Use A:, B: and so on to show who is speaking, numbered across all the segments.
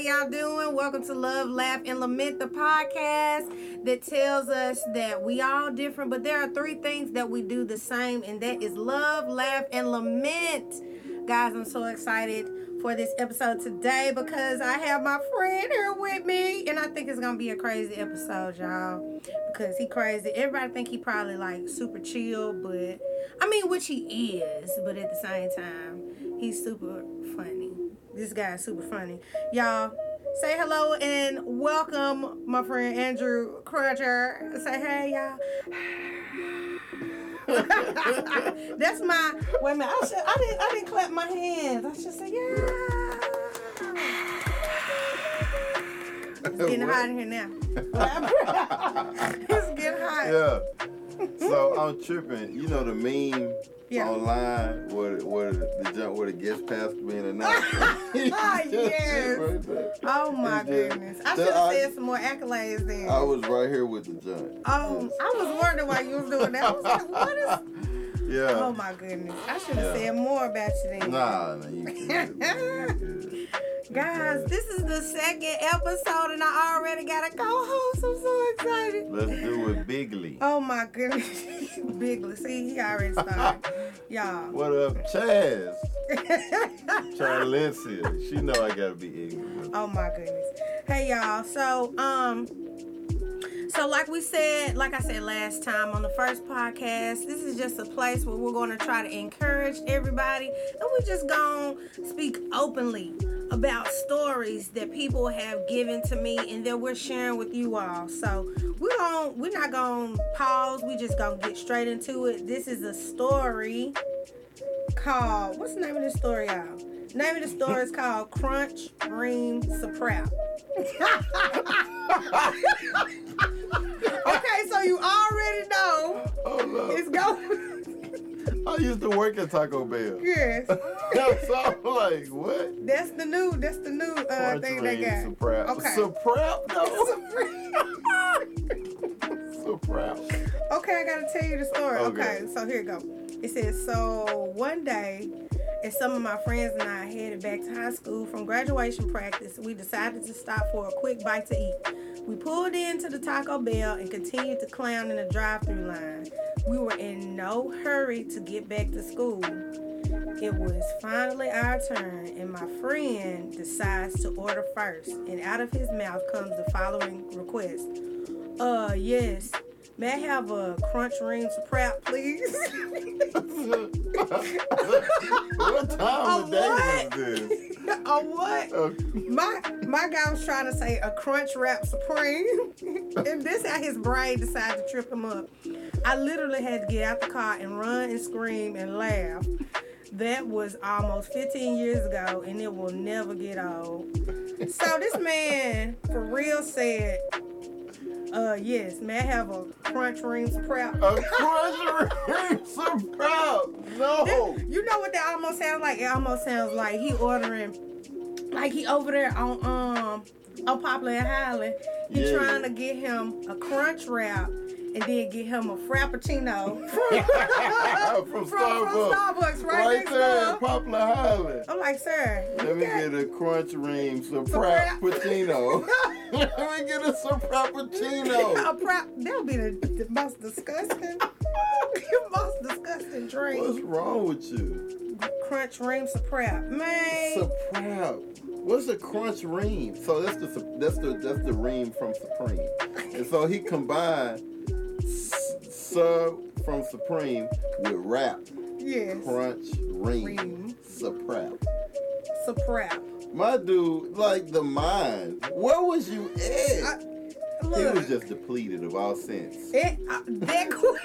A: y'all doing? Welcome to Love, Laugh, and Lament, the podcast that tells us that we all different, but there are three things that we do the same, and that is love, laugh, and lament. Guys, I'm so excited for this episode today because I have my friend here with me, and I think it's gonna be a crazy episode, y'all. Because he crazy. Everybody think he probably like super chill, but I mean, which he is, but at the same time, he's super funny. This guy's super funny, y'all. Say hello and welcome, my friend Andrew Crutcher. Say hey, y'all. That's my wait a minute. I, should, I didn't. I didn't clap my hands. I should say yeah. It's getting hot in here now. it's getting hot.
B: yeah. So I'm tripping. You know the meme
A: Yeah.
B: online where where the jump where the guest pastor being announced.
A: Ah, yes. Oh my
B: It's just-
A: goodness! I
B: that
A: should have
B: I-
A: said some more accolades then.
B: I was right here with the jump.
A: oh, I was wondering why you was doing that. I was like, what is?
B: Yeah.
A: Oh my goodness! I should have
B: Yeah.
A: said more about you then.
B: Nah, nah, you good. You good.
A: Guys, this is the second episode, and I already got a co-host. I'm so excited.
B: Let's do it bigly.
A: Oh my goodness, Bigly! See, he already started, y'all.
B: What up, Chaz? Chalencia. She know I gotta be ignorant.
A: Oh my goodness. Hey y'all. So um so like we said, like I said last time on the first podcast, this is just a place where we're going to try to encourage everybody and we're just going to speak openly about stories that people have given to me and that we're sharing with you all. So we're going we're not going to pause. We just going to get straight into it. This is a story called what's the name of this story, y'all? Name of the story is called Crunch Ream Suprap. okay, so you already know
B: Oh
A: it's
B: look,
A: going.
B: I used to work at Taco Bell.
A: yes,
B: so I'm like, what?
A: that's the new. That's the new uh, thing they got.
B: Suprap.
A: Okay.
B: Suprap, though. Suprap.
A: Okay, I gotta tell you the story. Okay.
B: Okay.
A: so here you go. It says, so one day, as some of my friends and I headed back to high school from graduation practice, we decided to stop for a quick bite to eat. We pulled into the Taco Bell and continued to clown in the drive-through line. We were in no hurry to get back to school. It was finally our turn, and my friend decides to order first. And out of his mouth comes the following request. Uh, yes. May I have a crunch rings prep, please?
B: what time
A: A
B: of day
A: what?
B: is this?
A: a what?
B: Okay.
A: My my guy was trying to say a crunch wrap supreme, and this how his brain decided to trip him up. I literally had to get out the car and run and scream and laugh. That was almost 15 years ago, and it will never get old. So this man for real said, "Uh, yes, may I have a crunch rings prep?"
B: A crusher is Suprap. No.
A: You know what that almost sounds like? It almost sounds like he ordering, like he over there on um on Poplar and Highland. He
B: Yeah.
A: trying to get him a crunch wrap and then get him a frappuccino from,
B: From Starbucks.
A: Starbucks, right,
B: Right
A: next
B: there
A: door.
B: in Poplar Highland.
A: I'm like, sir.
B: Let
A: you
B: me
A: got-
B: get a crunch ring
A: Suprap.
B: Suprap Pacino. Let me get a Suprap
A: a
B: Pacino.
A: prop. That would be the, the most disgusting, most disgusting
B: What's
A: drink.
B: wrong with you?
A: Crunch rings of prep, man.
B: Supreme. What's a crunch ream? So that's the sup- that's the that's the ream from Supreme. And so he combined s- sub from Supreme with rap
A: yes,
B: crunch ream
A: Ream.
B: suprap.
A: some prep.
B: My dude, like the mind. Where was you
A: I-
B: at?
A: Look,
B: He was just depleted of all sense.
A: It, uh, that quick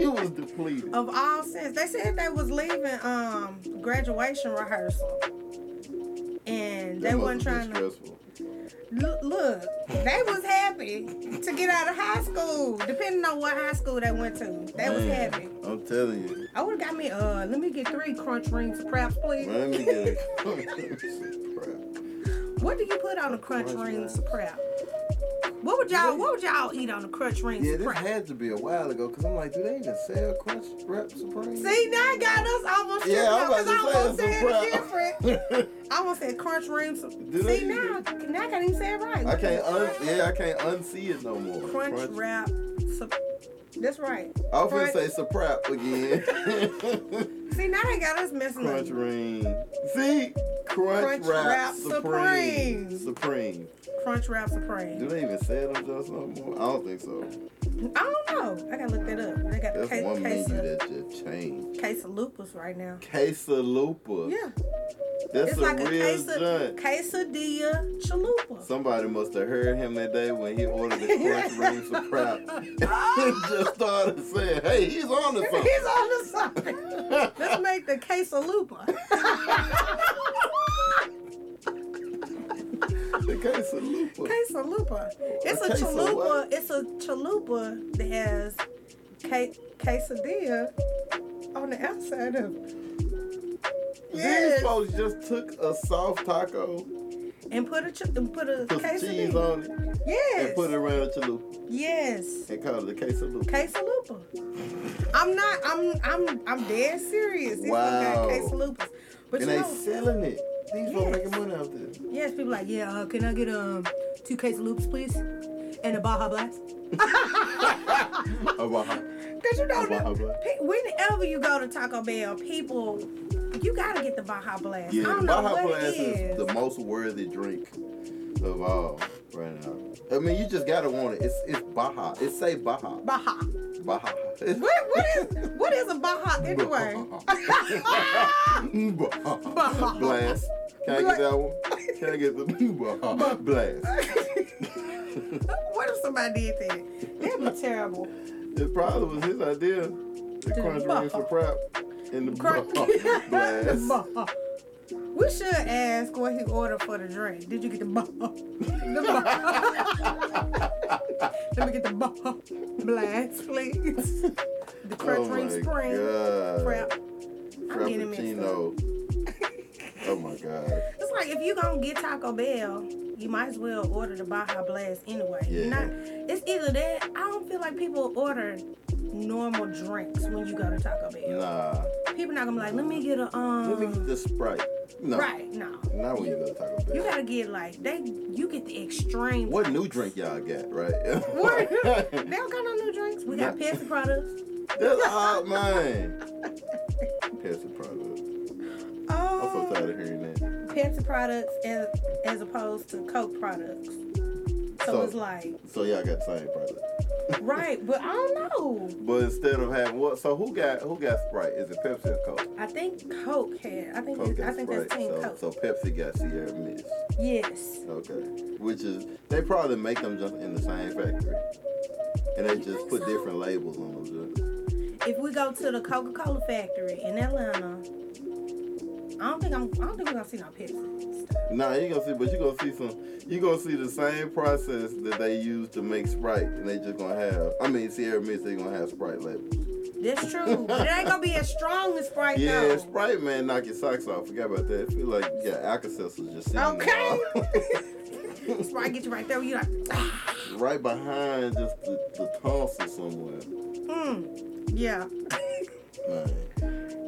B: he was depleted.
A: of all sense. They said they was leaving um graduation rehearsal, and they
B: That
A: wasn't
B: must have
A: trying
B: been
A: to
B: stressful.
A: look, look. They was happy to get out of high school, depending on what high school they went to. They was
B: Man,
A: happy.
B: I'm telling you.
A: I would have got me uh. Let me get three crunch rings, perhaps, please.
B: Let me get a crunch Supreme.
A: What do you put on a crunch
B: Crunch
A: ring
B: wraps.
A: prep? What would y'all What would y'all eat on the Crunch Ring
B: Yeah, this
A: Supreme?
B: had to be a while ago because I'm like, do they even sell Crunch Wrap Supreme?
A: See, now I got us almost
B: yeah,
A: tripped
B: I'm
A: up 'cause I
B: about
A: almost
B: to
A: said
B: say
A: it
B: it's
A: different.
B: different.
A: I almost said Crunch Ring Supreme.
B: Do they
A: See,
B: even-
A: now, now I can't even say it right.
B: I can't un-
A: Crunch-
B: yeah, I can't unsee it no more.
A: Crunch Wrap Sup- That's right.
B: I was gonna
A: Crunch-
B: say Suprap again.
A: See, now they got us messing
B: Crunch
A: up.
B: Ring. See? Crunch,
A: Crunch Wrap
B: Wrap Supreme.
A: Supreme.
B: Supreme.
A: Crunch Wrap
B: Do
A: Supreme.
B: they even sell them just no more? I don't think so.
A: I don't know. I gotta look that up. They got
B: That's
A: case,
B: one
A: case,
B: menu
A: of,
B: that just changed.
A: case of lupus right now.
B: Quesalupa.
A: Yeah,
B: That's
A: it's
B: a
A: like a
B: real
A: case of,
B: junk.
A: quesadilla chalupa.
B: Somebody must have heard him that day when he ordered the crunch rings of crap. and just started saying, hey, he's on to something.
A: He's on the side. Let's make the quesalupa.
B: the case of Lupa.
A: quesalupa. It's a,
B: A queso
A: chalupa.
B: what?
A: It's a chalupa that has que- quesadilla on the outside of it.
B: These
A: Yes.
B: folks just took a soft taco,
A: And put a ch- and put a
B: put some cheese
A: quesadilla.
B: on it,
A: Yes.
B: and put it around a chalupa
A: yes.
B: and called it a case of Lupa.
A: Quesalupa. I'm not. I'm. I'm. I'm dead serious. These
B: Wow.
A: Quesalupas. But
B: And
A: you
B: they
A: know,
B: selling it. These folks
A: Yes.
B: making money off this.
A: yes, people like, yeah. Uh, can I get um two Quesalupas, please, and a Baja Blast?
B: Oh, wow.
A: Cause you know,
B: A Baja
A: the-
B: Blast.
A: pe- whenever you go to Taco Bell, people, you gotta get the Baja Blast. I
B: Yeah,
A: don't know
B: Baja
A: what
B: Blast
A: it
B: is
A: is.
B: the most worthy drink of all right now. I mean, you just gotta want it. It's it's Baja. It say Baja.
A: Baja.
B: Baja.
A: What? What is? What is a Baja anyway?
B: Baja. Blast. Can I get that one? Can I get the Baja Blast?
A: what if somebody did that? That'd be terrible.
B: It probably was his idea. The crunch
A: Baja.
B: rings for prep and the
A: Crunch.
B: Baja Blast.
A: Baja. We should ask what he ordered for the drink. Did you get the Baja? The Baja. Let me get the Baja Blast, please. The crunch
B: Oh my
A: ring spring.
B: God.
A: Prep. I'm getting mixed up.
B: Frappuccino. Oh my god.
A: It's like if you gonna get Taco Bell, you might as well order the Baja Blast anyway. You're
B: Yeah.
A: not. It's either that. I don't feel like people order normal drinks when you go to Taco Bell.
B: Nah.
A: People not gonna be like, let me get a um.
B: Let me get this Sprite. No.
A: Right, no.
B: Not when you go to Taco Bell.
A: You gotta get like they. You get the extreme.
B: What new drink y'all got, right?
A: What? they don't got no new drinks. We got
B: Nah.
A: Pepsi products.
B: That's all mine. Pepsi product. I'm so
A: Oh,
B: tired of hearing that.
A: Pepsi products as as opposed to Coke products. So,
B: So-
A: it's like
B: So y'all got the same product.
A: right, but I don't know.
B: But instead of having what so who got who got Sprite? Is it Pepsi or Coke?
A: I think Coke had. I think
B: Coke
A: it's- I
B: got
A: think
B: Sprite.
A: that's Team
B: so,
A: Coke.
B: so Pepsi got Sierra Mist.
A: Yes.
B: Okay. Which is they probably make them just in the same factory. And they
A: You
B: just
A: think
B: put
A: so?
B: different labels on them. Just.
A: If we go to the Coca Cola factory in Atlanta, I don't think I'm. I don't think we're gonna see no Pepsi. stuff.
B: Nah, you gonna see, but you gonna see some. You gonna see the same process that they use to make Sprite, and they just gonna have. I mean, Sierra Mist, they gonna have Sprite labels.
A: That's true. but it ain't gonna be as strong as Sprite
B: yeah,
A: though.
B: Sprite man, knock your socks off. Forgot about that. I feel like yeah, Alka-Seltzer just sitting
A: Okay.
B: there.
A: Sprite get you right there. where You like,
B: right behind just the, the tonsil somewhere.
A: mm, yeah.
B: Man.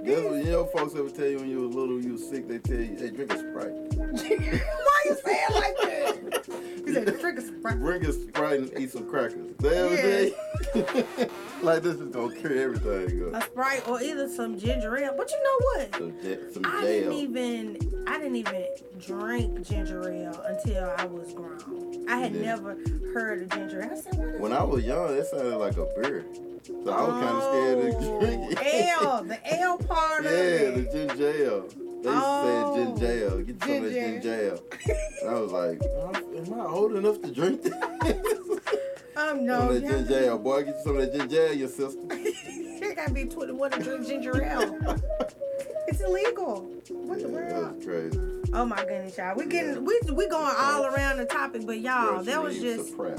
B: That's what you know, folks ever tell you when you was little, you was sick. They tell you, hey, drink a Sprite.
A: Why you saying like that? He said, drink a Sprite.
B: Drink a Sprite and eat some crackers. They ever tell you- like this is gonna cure everything. Good.
A: A Sprite or either some ginger ale. But you know what?
B: some, ja- some
A: I
B: jail.
A: didn't even I didn't even drink ginger ale until I was grown. I had
B: You didn't?
A: never heard of ginger ale. I said, what is
B: When I was young, that sounded like a beer. So I was
A: Oh,
B: kind of scared to drink it.
A: Ale, the ale part of
B: yeah, the
A: it.
B: ginger ale. They
A: Oh.
B: used to say ginger ale. Get some of that
A: Ginger.
B: ginger ale. And I was like, am I old enough to drink this?
A: Um,
B: some
A: no,
B: of
A: you
B: that ginger ale. Boy, get you some of that ginger ale, your sister.
A: you gotta be 21 to drink ginger ale. It's illegal. What
B: yeah,
A: the world?
B: That's crazy.
A: Oh my goodness, y'all. We getting we we going all around the topic, but y'all,
B: Grocery
A: that Oh, was
B: is a
A: just
B: crap.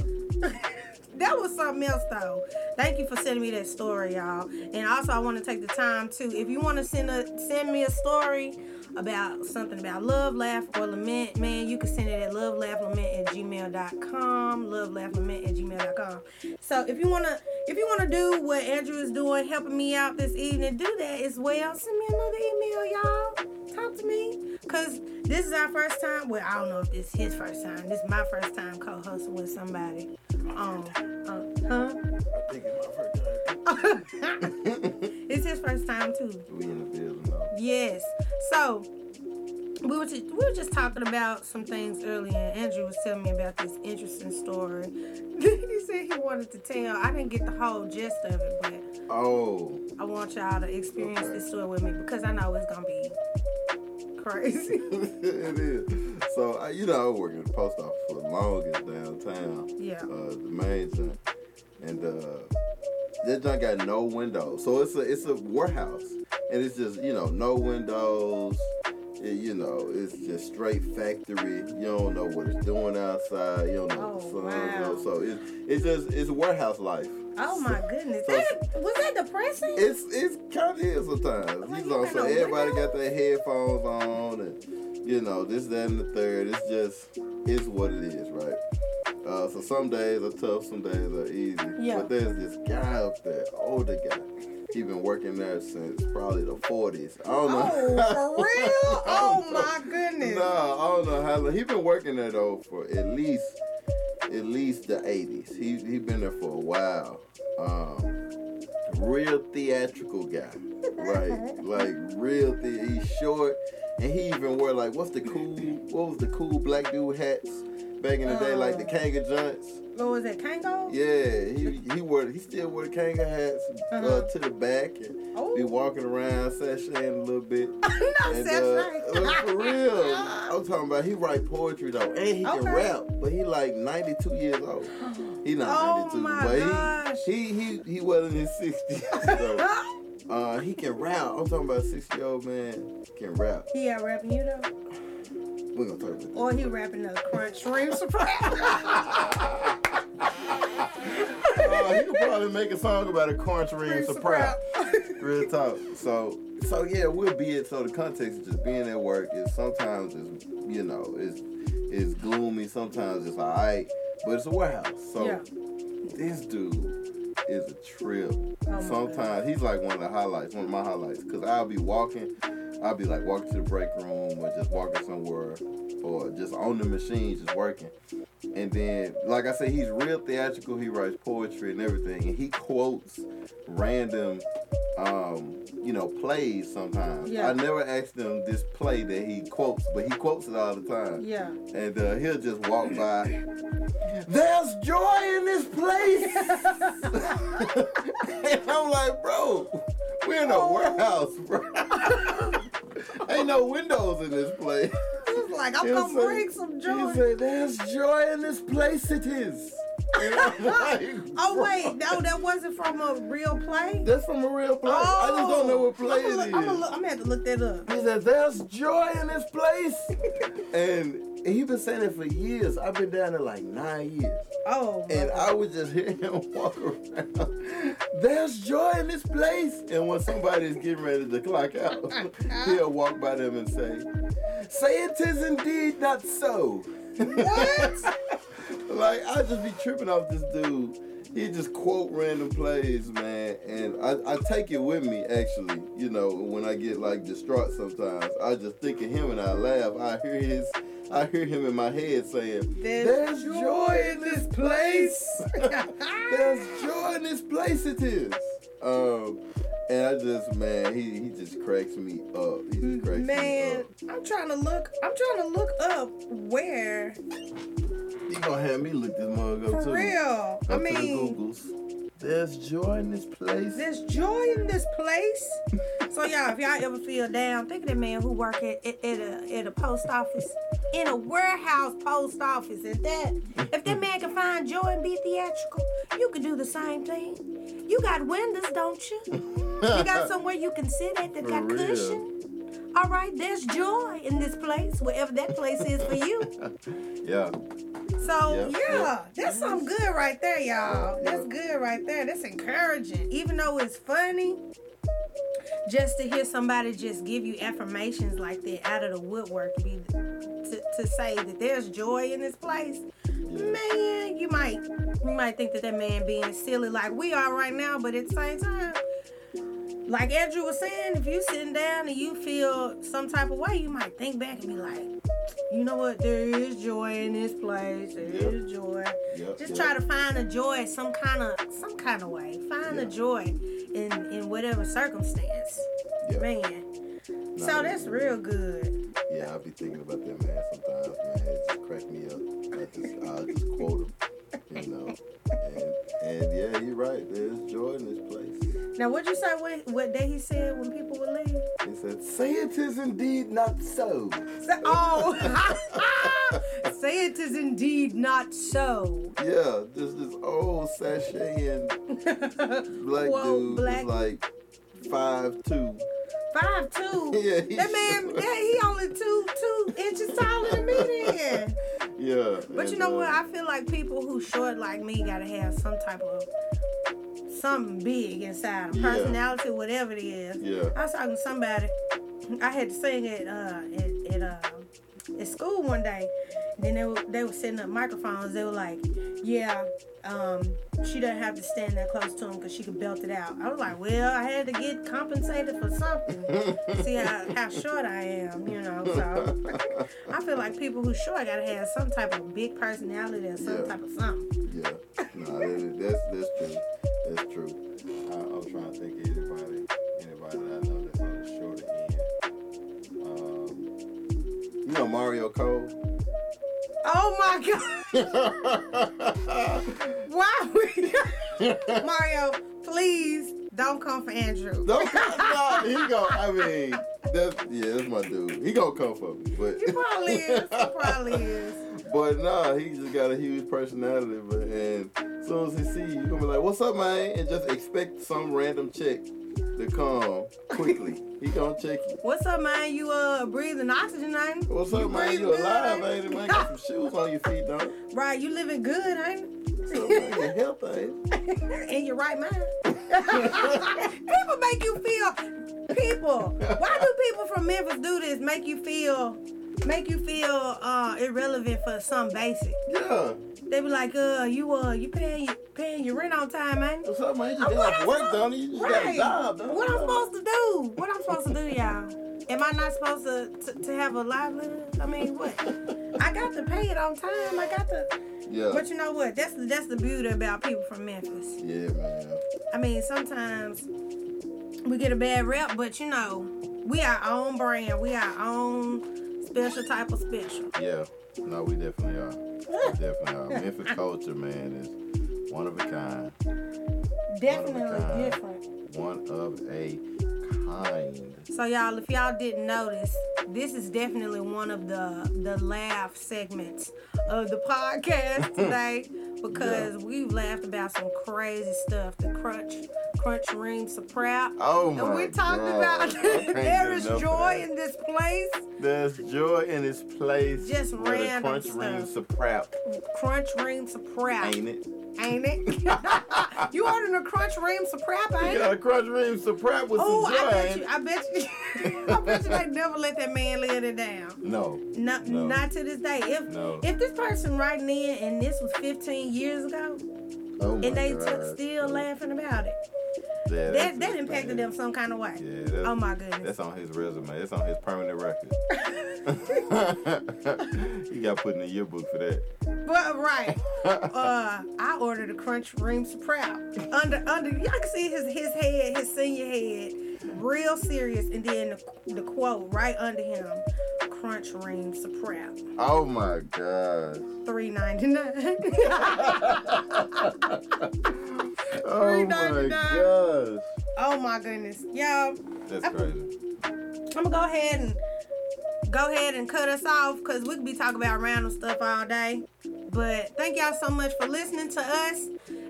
A: that was something else though. Thank you for sending me that story, y'all. And also, I want to take the time to, if you want to send a send me a story about something about love, laugh, or lament, man, you can send it at love, laugh, lament at gmail.com. Love, laugh, lament at gmail.com. So if you wanna if you wanna do what Andrew is doing, helping me out this evening, do that as well. Send me another email, y'all. Talk to me. Cause this is our first time. Well, I don't know if this is his first time. This is my first time co-hosting with somebody. Um, uh, huh?
B: I think it's my first time.
A: it's his first time too.
B: We in the building though.
A: Yes. So we were just, we were just talking about some things earlier. and Andrew was telling me about this interesting story. he said he wanted to tell. I didn't get the whole gist of it, but
B: Oh,
A: I want y'all to experience this story with me because I know it's gonna be crazy.
B: it is. So I, you know, I worked in the post office for the longest downtown,
A: yeah.
B: uh, the main thing, and uh, that junk got no windows. So it's a it's a warehouse, and it's just you know no windows. It, you know, it's just straight factory. You don't know what it's doing outside. You don't know
A: Oh,
B: what the sun's
A: wow.
B: on. So it, it's just it's warehouse life.
A: Oh my goodness. That, was that depressing?
B: It's it's kind of is
A: Like,
B: sometimes. you
A: you
B: know,
A: got
B: so
A: no
B: everybody
A: window?
B: got their headphones on, and you know this, that, and the third. It's just it's what it is, right? Uh, so some days are tough, some days are easy.
A: Yeah.
B: But there's this guy up there, older guy. He been working there since probably the 40s. I don't know.
A: oh, for real?
B: I
A: Oh
B: don't know.
A: my goodness.
B: No, I don't know how long. He been working there though for at least at least the eighties. He he been there for a while. Um, real theatrical guy, right? like real. The- he's short, and he even wore like what's the cool? What was the cool black dude hats back in the day? Like the
A: Uh.
B: Kanga Junts.
A: What was that? Kango?
B: Yeah, he he wore he still wore the Kanga hats uh,
A: Uh-huh.
B: to the back and
A: Oh.
B: be walking around sashaying a little bit.
A: no,
B: And,
A: and,
B: uh, look, for real. I'm talking about he write poetry though, and he can
A: Okay.
B: rap, but he like 92 years old. He
A: Oh,
B: not 92,
A: my
B: but
A: gosh.
B: he he he he was in his 60s. So, uh, he can rap. I'm talking about a 60 year old man can rap.
A: He out rapping you though,
B: We're gonna talk about that.
A: or he rapping the crunch shrimp surprise.
B: Uh, Oh, he could probably make a song about a crunch ring surprise. Real talk. So so yeah, we'll be it. So the context is just being at work is sometimes it's you know it's it's gloomy. Sometimes it's alright, but it's a warehouse. So
A: Yeah. Oh
B: this dude is a trip.
A: my
B: sometimes he's like one of the highlights, one of my highlights, because I'll be walking, I'll be like walking to the break room or just walking somewhere or just on the machine just working. And then, like I said, he's real theatrical. He writes poetry and everything, and he quotes random, um, you know, plays sometimes.
A: Yeah.
B: I never asked him this play that he quotes, but he quotes it all the time.
A: Yeah.
B: And uh, he'll just walk by. There's joy in this place. and I'm like, bro, we're in a
A: Oh.
B: warehouse, bro. Ain't no windows in this place.
A: He's like, I'm
B: He'll
A: gonna
B: say-
A: bring some
B: He
A: joy.
B: said, "There's joy in this place. It is." And I'm like,
A: Oh
B: "Bro,
A: wait, no, that wasn't from a real play. Oh.
B: that's from a real place. I just don't know what play
A: I'm
B: it
A: gonna,
B: is.
A: I'm gonna have to look that up.
B: He said, "There's joy in this place," and he been saying it for years. I've been down there like nine years,
A: Oh,
B: and I would just hear him walk around. There's joy in this place, and when somebody's getting ready to clock out, he'll walk by them and say, "Say it is indeed not so."
A: what?
B: like I just be tripping off this dude. He just quote random plays, man, and I, I take it with me actually. You know, when I get like distraught sometimes, I just think of him and I laugh. I hear his, I hear him in my head saying,
A: There's
B: "There's
A: joy
B: joy in this place. There's joy in this place. It is." Um, and I just, man, he he just cracks me up. He just cracks me
A: Man,
B: up.
A: I'm trying to look. I'm trying to look up where
B: He gonna have me look this mug up
A: for
B: too.
A: real. I
B: Up to the
A: mean.
B: Googles. There's joy in this place.
A: There's joy in this place. So y'all, if y'all ever feel down, think of that man who work at, at, at a at a post office, in a warehouse post office. If that if that man can find joy and be theatrical, you can do the same thing. You got windows, don't you? You got somewhere you can sit at that
B: For
A: got
B: real.
A: cushion. All right, there's joy in this place, wherever that place is for you.
B: Yeah.
A: So yeah,
B: Yeah, yeah.
A: that's some good right there, y'all. That's good right there. That's encouraging. Even though it's funny, just to hear somebody just give you affirmations like that out of the woodwork, be, to, to say that there's joy in this place,
B: yeah.
A: man, you might you might think that that man being silly like we are right now, but at the same time. Like Andrew was saying, if you sitting down and you feel some type of way, you might think back and be like, you know what? There is joy in this place. There is
B: Yeah.
A: joy.
B: Yep,
A: Just
B: yep.
A: try to find a joy some kind of some kind of way. Find a
B: Yeah.
A: joy in in whatever circumstance.
B: Yeah.
A: Man.
B: Nah,
A: So that's real good.
B: Yeah, I'll be thinking about that man sometimes, man. It just crack me up. I just, I'll just quote him, you know. And, and yeah, you're right. There's joy in this place.
A: Now what'd you say when what day he said when people would leave?
B: He said, "Say it is indeed not so."
A: Say, oh Say it is indeed not so.
B: Yeah, just this old sachet and black
A: Whoa,
B: dude,
A: black-
B: is like five two.
A: Five two.
B: Yeah, he-
A: that man, that, he only two two inches taller than me then.
B: Yeah.
A: But you
B: and,
A: know what?
B: uh,
A: I feel like people who short like me gotta have some type of something big inside them,
B: Yeah.
A: personality, whatever it is.
B: Yeah.
A: I was talking to somebody. I had to sing at uh at at, uh, at school one day. Then they were they were setting up microphones. They were like, "Yeah, um, she doesn't have to stand that close to him because she could belt it out." I was like, "Well, I had to get compensated for something. See how, how short I am, you know." So I feel like people who short gotta have some type of big personality or some
B: Yeah.
A: type of something.
B: Yeah. No, that, that's that's true. That's true. I, I'm trying to think of anybody, anybody that I know that's on the shorter end. Um, you know Mario Cole.
A: Oh my God! Why would Mario? Please don't come for Andrew.
B: No, nah, he go. I mean, that's yeah, that's my dude. He gonna come for me, but
A: He probably is. He probably is.
B: but nah, he just got a huge personality. But and as soon as he see you, you gonna be like, "What's up, man?" and just expect some random check to come quickly. he gonna check you.
A: What's up, man? You uh breathing oxygen, ain't you?
B: What's up, man?
A: breathing
B: You
A: good,
B: alive,
A: ain't
B: ain't
A: you?
B: it, man? Got some shoes on your feet, dog.
A: Right, you living good, ain't
B: So, man, your health ain't. it?
A: you? In your right mind. people make you feel people. Why do people from Memphis do this? Make you feel make you feel uh irrelevant for some basic.
B: Yeah.
A: They be like, uh, you uh you paying your paying your rent on time, ain't you?
B: What's up, man? You
A: Uh,
B: just get
A: what
B: off
A: I'm
B: work,
A: supposed-
B: don't you? You just got a
A: Right.
B: job, don't
A: What I'm supposed to do? What I'm supposed to do, y'all? Am I not supposed to, to, to have a livelihood? I mean, what? I got to pay it on time. I got to.
B: Yeah.
A: But you know what? That's the that's the beauty about people from Memphis.
B: yeah, man.
A: I mean, sometimes we get a bad rep, but you know, we our own brand. We our own special type of special.
B: Yeah, no, we definitely are. We definitely are. Memphis culture, man, is one of a kind.
A: Definitely
B: kind.
A: different.
B: One of a kind.
A: So y'all, if y'all didn't notice, this is definitely one of the the laugh segments of the podcast today because we've laughed about some crazy stuff. The crunch, crunch ring, suprap.
B: Oh my
A: And we talked
B: God. I
A: about
B: can't get
A: there is
B: enough of
A: joy
B: that.
A: in this place.
B: There's joy in this place.
A: Just
B: where the
A: random
B: crunch rings
A: stuff.
B: a prap,
A: Crunch ring suprap,
B: ain't it?
A: Ain't it? you ordering a crunch ring suprap, ain't it?
B: You got a crunch rings a prap with
A: Oh,
B: some
A: I
B: joy.
A: bet
B: ain't
A: you, I
B: it?
A: bet you, I bet you they never let that man live it down.
B: No.
A: No,
B: No.
A: not to this day. If
B: No.
A: if this person writing in and this was 15 years ago
B: Oh my
A: and they
B: God.
A: took still laughing about it,
B: Yeah,
A: that
B: that's
A: that
B: it,
A: impacted
B: man.
A: them some kind of way.
B: Yeah, that's,
A: Oh my goodness.
B: That's on his resume. That's on his permanent record. he got put in the yearbook for that.
A: But right, uh, I ordered a crunch ream sprout under under. Y'all can see his his head, his senior head, real serious, and then the, the quote right under him, crunch ream sprout.
B: Oh my gosh.
A: Three ninety nine.
B: Oh my
A: 3.99.
B: gosh.
A: oh my goodness, y'all.
B: That's crazy.
A: I'm gonna go ahead and go ahead and cut us off because we could be talking about random stuff all day. But thank y'all so much for listening to us.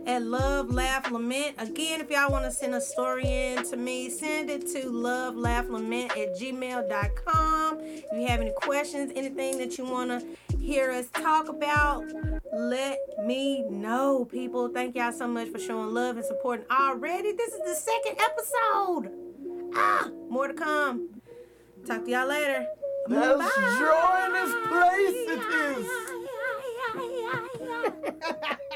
A: at Love Laugh Lament. Again, if y'all want to send a story in to me, send it to love laugh lament at gmail.com. If you have any questions, anything that you want to hear us talk about, let me know, people. Thank y'all so much for showing love and supporting already. This is the second episode. Ah, more to come. Talk to y'all later.
B: That's
A: Bye.
B: joy in this place it is.
A: Yeah, yeah, yeah, yeah.